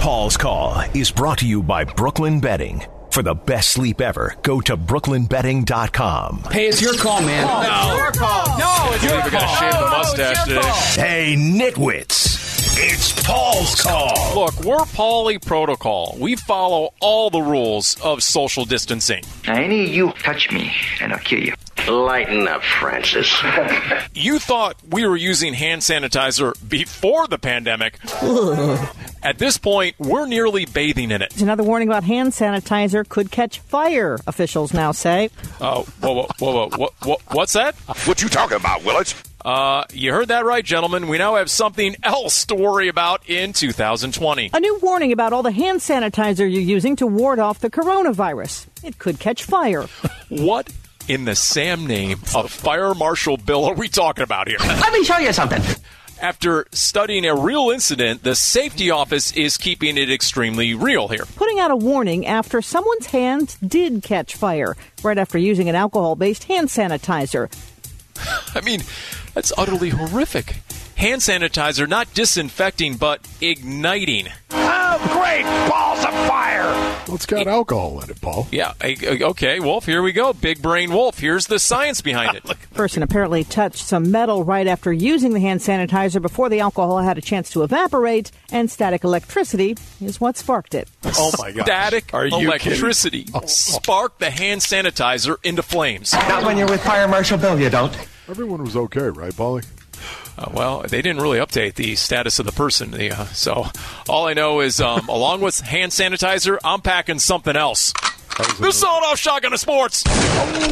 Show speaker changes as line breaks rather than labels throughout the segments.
Paul's Call is brought to you by Brooklyn Betting. For the best sleep ever, go to brooklynbetting.com.
Hey, it's your call, man.
No. Your call. No, it's
You
your
even got to
call.
shave the
No, no,
mustache
it's your
today.
call.
Hey, nitwits, it's Paul's Call.
Look, we're Pauly Protocol. We follow all the rules of social distancing.
Now, any of you touch me, and I'll kill you.
Lighten up, Francis.
You thought we were using hand sanitizer before the pandemic. At this point, we're nearly bathing in it.
Another warning about hand sanitizer could catch fire, officials now say.
Oh, whoa, whoa, whoa, whoa, whoa, whoa, what's that?
What you talking about, Willits?
Uh, you heard that right, gentlemen. We now have something else to worry about in 2020.
A new warning about all the hand sanitizer you're using to ward off the coronavirus. It could catch fire.
What in the Sam name of Fire Marshal Bill are we talking about here?
Let me show you something.
After studying a real incident, the safety office is keeping it extremely real here.
Putting out a warning after someone's hands did catch fire right after using an alcohol based hand sanitizer.
I mean, that's utterly horrific. Hand sanitizer not disinfecting, but igniting.
Oh, great balls of fire!
Well, it's got alcohol in it, Paul.
Yeah, I- I- okay, Wolf, here we go. Big brain Wolf. Here's the science behind
Oh
it.
Person apparently touched some metal right after using the hand sanitizer before the alcohol had a chance to evaporate, and static electricity is what sparked it.
Oh my god!
Static
Are you
electricity
Oh.
sparked the hand sanitizer into flames.
Not when you're with Fire Marshal Bill, you don't.
Everyone was okay, right, Polly?
Uh, well, they didn't really update the status of the person. The, uh, so all I know is, um, along with hand sanitizer, I'm packing something else. This is all off shotgun of sports.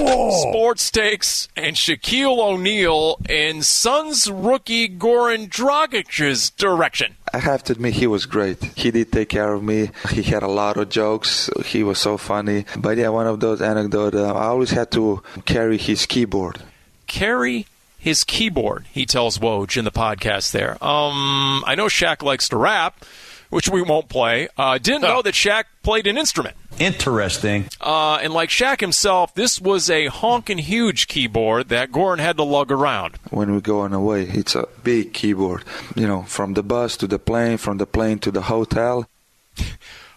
Sports takes and Shaquille O'Neal in Suns rookie Goran Dragic's direction.
I have to admit, he was great. He did take care of me. He had a lot of jokes. He was so funny. But yeah, one of those anecdotes. Uh, I always had to carry his keyboard.
Carry his keyboard, he tells Woj in the podcast there. Um, I know Shaq likes to rap, which we won't play. Uh, didn't know that Shaq played an instrument.
Interesting.
Uh, and like Shaq himself, this was a honkin' huge keyboard that Goran had to lug around.
When we go on away, it's a big keyboard. You know, from the bus to the plane, from the plane to the hotel.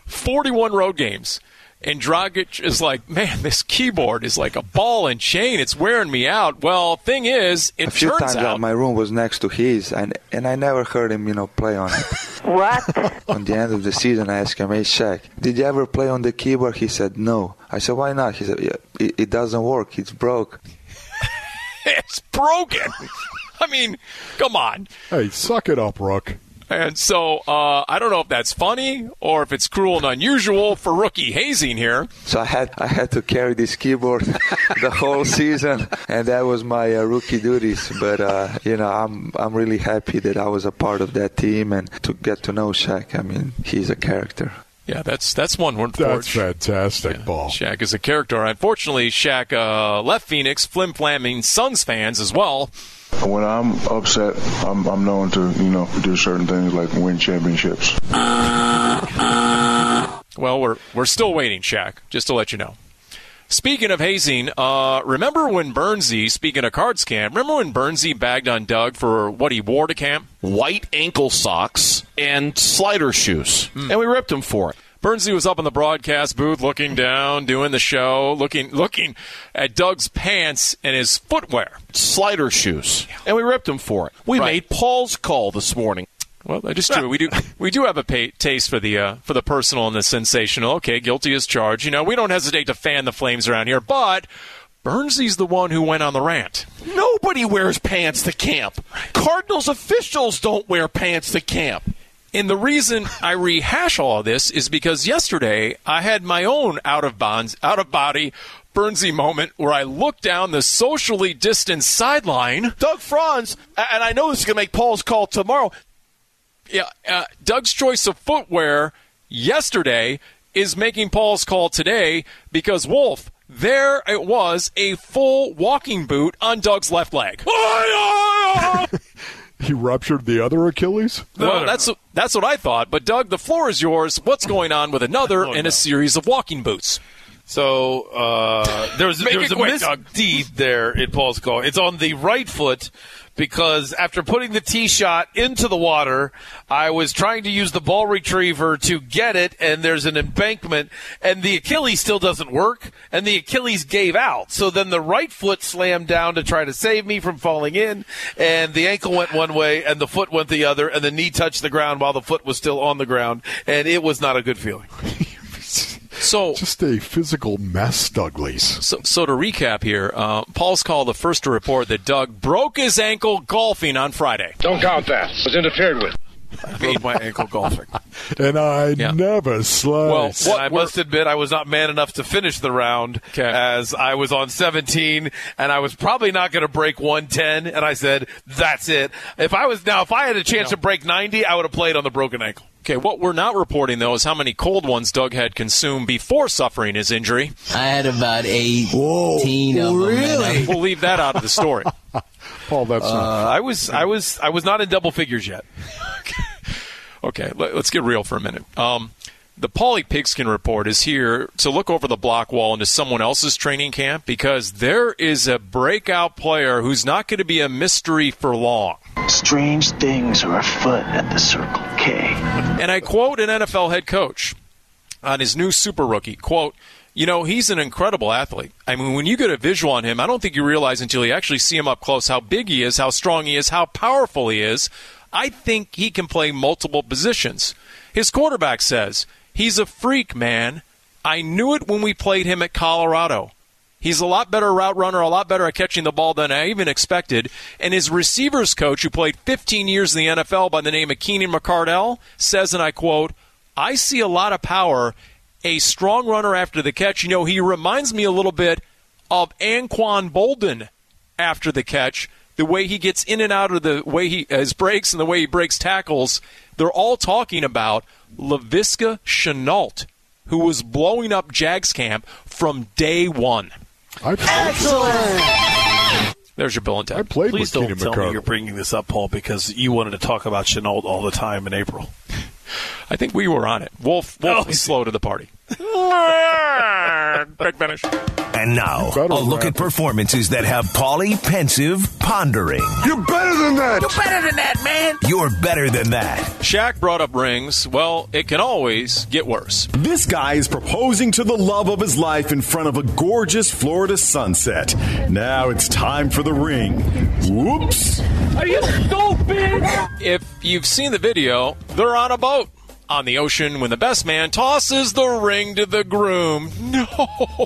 41 road games. And Dragic is like, man, this keyboard is like a ball and chain. It's wearing me out. Well, thing is, it
A few
turns
times
out.
uh, my room was next to his, and and I never heard him, you know, play on it.
What?
on the end of the season, I asked him, "Hey Shaq, did you ever play on the keyboard?" He said, "No." I said, "Why not?" He said, yeah, it, "It doesn't work. It's broke."
it's broken. I mean, come on.
Hey, suck it up, Rook.
And so uh, I don't know if that's funny or if it's cruel and unusual for rookie hazing here.
So I had I had to carry this keyboard the whole season, and that was my uh, rookie duties. But uh, you know, I'm I'm really happy that I was a part of that team and to get to know Shaq. I mean, he's a character.
Yeah, that's that's one word for
That's
it.
fantastic, Paul.
Shaq is a character. Unfortunately, Shaq uh, left Phoenix, flim flamming Suns fans as well.
When I'm upset, I'm, I'm known to, you know, do certain things like win championships.
Well, we're we're still waiting, Shaq. Just to let you know. Speaking of hazing, uh, remember when Bernsey? Speaking of card scam, remember when Bernsey bagged on Doug for what he wore to camp?
white ankle socks and slider shoes, and we ripped him for it.
Hmm. Bernsey was up in the broadcast booth, looking down, doing the show, looking looking at Doug's pants and his footwear.
Slider shoes, and we ripped him for it. We
Right.
made Paul's call this morning.
Well, that is true. We do we do have a pa taste for the uh, for the personal and the sensational. Okay, guilty as charged. You know, we don't hesitate to fan the flames around here, but Bernsey's the one who went on the rant.
Nobody wears pants to camp. Cardinals officials don't wear pants to camp.
And the reason I rehash all of this is because yesterday I had my own out of bonds, out of body Bernsey moment where I looked down the socially distanced sideline.
Doug Franz, a- and I know this is going to make Paul's call tomorrow.
Yeah, uh, Doug's choice of footwear yesterday is making Paul's call today because Wolf, there it was, a full walking boot on Doug's left leg.
He ruptured the other Achilles.
Well, that's that's what I thought. But Doug, the floor is yours. What's going on with another in a series of walking boots?
Oh, So uh, there was
Make
there was a
it quick, Doug.
misdeed there in Paul's call. It's on the right foot because after putting the tee shot into the water, I was trying to use the ball retriever to get it, and there's an embankment, and the Achilles still doesn't work, and the Achilles gave out. So then the right foot slammed down to try to save me from falling in, and the ankle went one way, and the foot went the other, and the knee touched the ground while the foot was still on the ground, and it was not a good feeling.
So
just a physical mess, Douglas.
So, so to recap here, uh, Paul's call the first to report that Doug broke his ankle golfing on Friday.
Don't count that. It was interfered with.
I broke my ankle golfing.
And I never
Well,
slice.
and I must admit, I was not man enough to finish the round as I was on 17, and I was probably not going to break 110. And I said, "That's it." If I was now, if I had a chance to break 90, I would have played on the broken ankle.
Okay, what we're not reporting though is how many cold ones Doug had consumed before suffering his injury.
I had about 18 of them. Really?
We'll leave that out of the story.
Paul, that's
Uh, I was, I was, I was not in double figures yet.
Okay, let, us get real for a minute. Um, the Pauly Pigskin report is here to look over the block wall into someone else's training camp because there is a breakout player who's not going to be a mystery for long.
Strange things are afoot at the Circle K.
And I quote an NFL head coach on his new super rookie quote, you know, he's an incredible athlete. I mean, when you get a visual on him, I don't think you realize until you actually see him up close how big he is, how strong he is, how powerful he is. I think he can play multiple positions. His quarterback says, he's a freak, man. I knew it when we played him at Colorado. He's a lot better route runner, a lot better at catching the ball than I even expected. And his receivers coach, who played 15 years in the NFL by the name of Keenan McCardell, says, and I quote, I see a lot of power, a strong runner after the catch. You know, he reminds me a little bit of Anquan Bolden after the catch. The way he gets in and out of the way he uh, his breaks and the way he breaks tackles, they're all talking about Lavisca Chenault, who was blowing up Jags camp from day one.
Uh,
There's your bill and
I played
Please
with
don't
Keenan
tell me
McCardell.
you're bringing this up, Paul, because you wanted to talk about Chenault all the time in April.
I think we were on it. Wolf, Wolf was slow to the party. Big finish.
And now, a look at performances that have Paulie pensive pondering. You're better than that. You're better than that, man. You're better than that.
Shaq brought up rings. Well, it can always get worse.
This guy is proposing to the love of his life in front of a gorgeous Florida sunset. Now it's time for the ring. Whoops.
Are you stupid? If you've seen the video, they're on a boat on the ocean when the best man tosses the ring to the groom. No.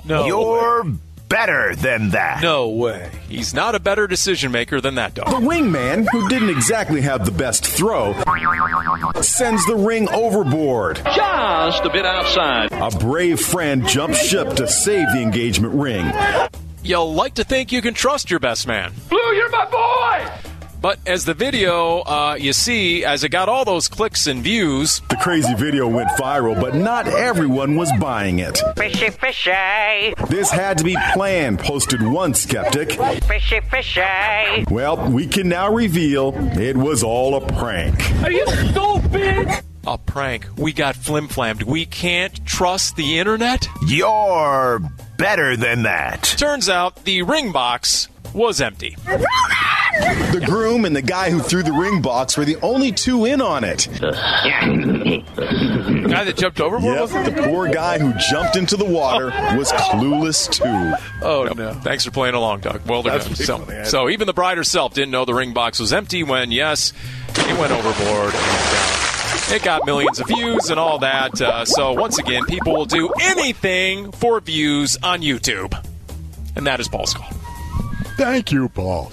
No.
Oh,
You're better than that.
No way. He's not a better decision maker than that dog.
The wingman, who didn't exactly have the best throw, sends the ring overboard.
Just a bit outside.
A brave friend jumps ship to save the engagement ring.
You'll like to think you can trust your best man.
Blue, you're my boy!
But as the video, uh, you see, as it got all those clicks and views,
The crazy video went viral, but not everyone was buying it.
Fishy, fishy.
This had to be planned, posted one skeptic.
Fishy, fishy.
Well, we can now reveal it was all a prank.
Are you stupid? A prank. We got flim flammed. We can't trust the internet.
You're better than that.
Turns out the ring box was empty.
The groom and the guy who threw the ring box were the only two in on it.
The guy that jumped overboard
Yep, the poor guy who jumped into the water was clueless too.
Oh no! Thanks for playing along, Doug. Well done.
That's pretty
So,
funny.
so even the bride herself didn't know the ring box was empty when, yes, it went overboard. And, uh, it got millions of views and all that. Uh, so once again, people will do anything for views on YouTube, and that is Paul's call.
Thank you, Paul.